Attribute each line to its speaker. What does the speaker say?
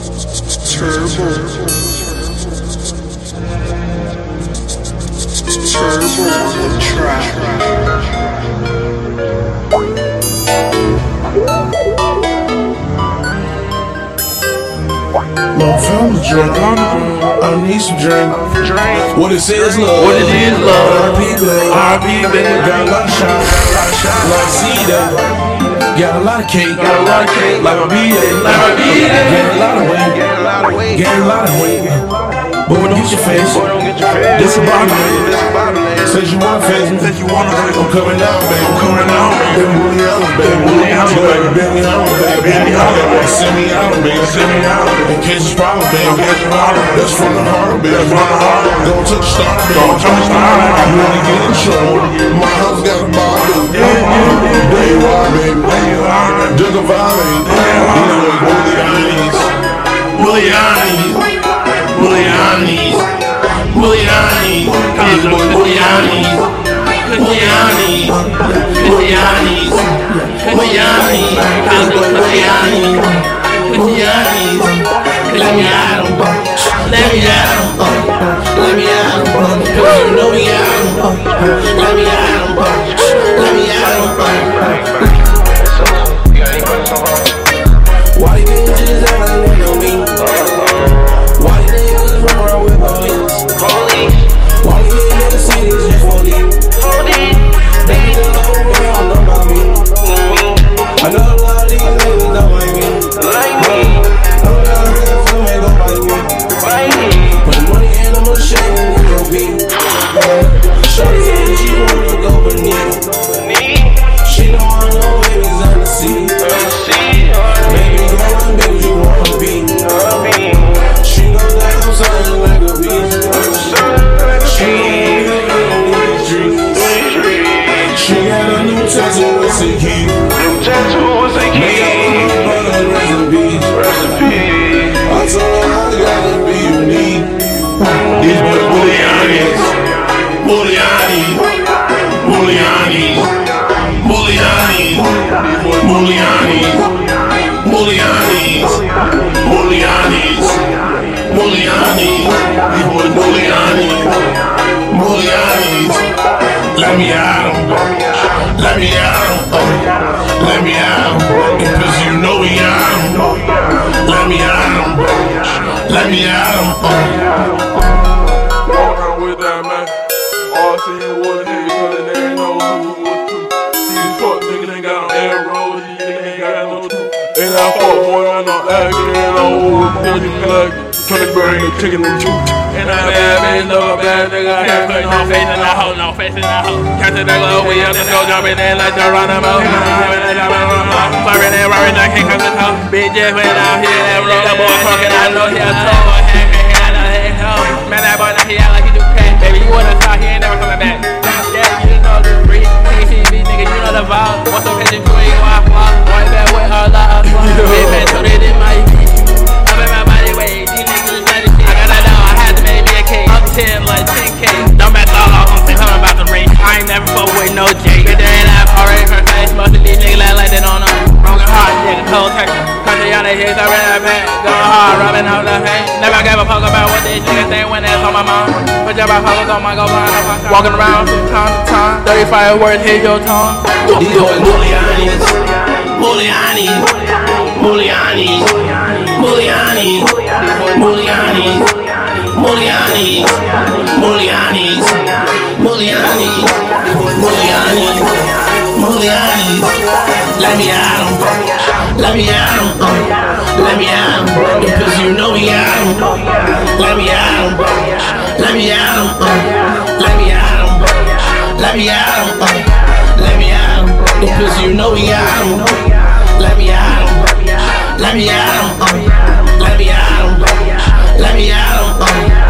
Speaker 1: Turbo. Turbo on the track.
Speaker 2: My family drunk, I need some drink. What it says, love.
Speaker 1: What it is, love.
Speaker 2: RP, love. RP, baby. Got a lot of shots. Like Zeta. Got a lot of cake. Got
Speaker 1: a lot of cake.
Speaker 2: Like my B-Day.
Speaker 1: Like my B-Day.
Speaker 2: Got a lot of weight. Got a lot of weight. But don't get your face. This a bottom lane. Says you wanna face me. Says you wanna break. I'm coming down, baby. I'm coming down, baby. Been bully out, baby. Bully out, baby. Been me out, baby. Been me out, baby. Send me out, baby. Send me out. In case it's problem, baby. In case it's problem. That's from the heart, baby. That's from the heart. Go to the start, baby. Go to the start. I really get in trouble. My house got a bottle. Where you are, baby. Where you are. Duck a violin. Bully eyes. Bully eyes.
Speaker 3: Muliani, Muliani, Muliani, Muliani, Muliani, Muliani, Muliani, Muliani, let me at him, let me at him, let me at him, cause you know me at him, let me at him, let me at him. Why you bitches out here know me? Why you niggas run around with police? Why you niggas see this just for me? They don't know me, I don't know about me. I know a lot of these niggas don't like me. I know a lot of real friends ain't gon' like me. Put the money in, I'ma shake it in your beat. Shorty said she wanna go beneath. She know I know babies on the sea. Baby girl, I'm baby, you wanna be. She know that I'm something like a beast. She ain't even need drinks. She got a new tattoo, it's a key. Made out of butter and recipe. I told her I gotta be unique. These boys Bullianis, Bulliani, Bulliani, Bulliani, Bulliani, Bulliani, Bullianis, Bulliani, these boys Bulliani, Bullianis. Let me at 'em, let me at 'em, let me at 'em, cause you know we at 'em. Let me at 'em, let me at 'em.
Speaker 4: Walk around with that man. All I see you was niggas, cause they ain't know who it was to. These fuck niggas ain't got no air road, these niggas ain't got no truth. And I fuck boy, I know acting, and I was fucking plug. Trying to bring a chicken and two. And I bad bitch, love a bad nigga. I can't put no faith in a hoe, no faith in a hoe. Catch a nigga over here, just go jumping in like Geronimo. Flurrying and roaring, I can't come to toe. Bitches went out here, that road, that boy talking, I know he a toe. Man, that boy now he act like he do crack. Baby, you wanna talk, he ain't never coming back. Yeah, you know the breed. TV, nigga, you know the vibe. What's up, catching you ain't wild, wild. Boy, that way, a lot of fun. Big man, so they did my I bet my body weight. These niggas like this shit. I got that down, I had to make me a cake. Up 10, like 10K. Don't mess all off, I'm sick, I'm about to race. I ain't never fuck with no J. Get there and I've already heard face. Most of these niggas act like they don't know. Wrong and hard, nigga, cold turkey. Country y'all that hits, I ran that back. Going hard, rubbing out the pain. Never gave a fuck about what these niggas think when that's on my mind. Put your back focus on my go blind. I'm fucking Walking around from time to time. 35 words hit your tongue.
Speaker 3: These boys Mulianis, Mulianis, Mulianis, Mulianis, Mulianis, Mulianis, Mulianis, Mulianis, Mulianis, Mulianis. Let me at 'em, let me at 'em, uh, let me at 'em, because you know we at 'em. Let me at 'em, let me at 'em, uh, let me at 'em, let me at 'em, uh, let me at 'em, because you know we at 'em. Let me at 'em, let me at 'em, uh, let me at 'em, let me at 'em, uh.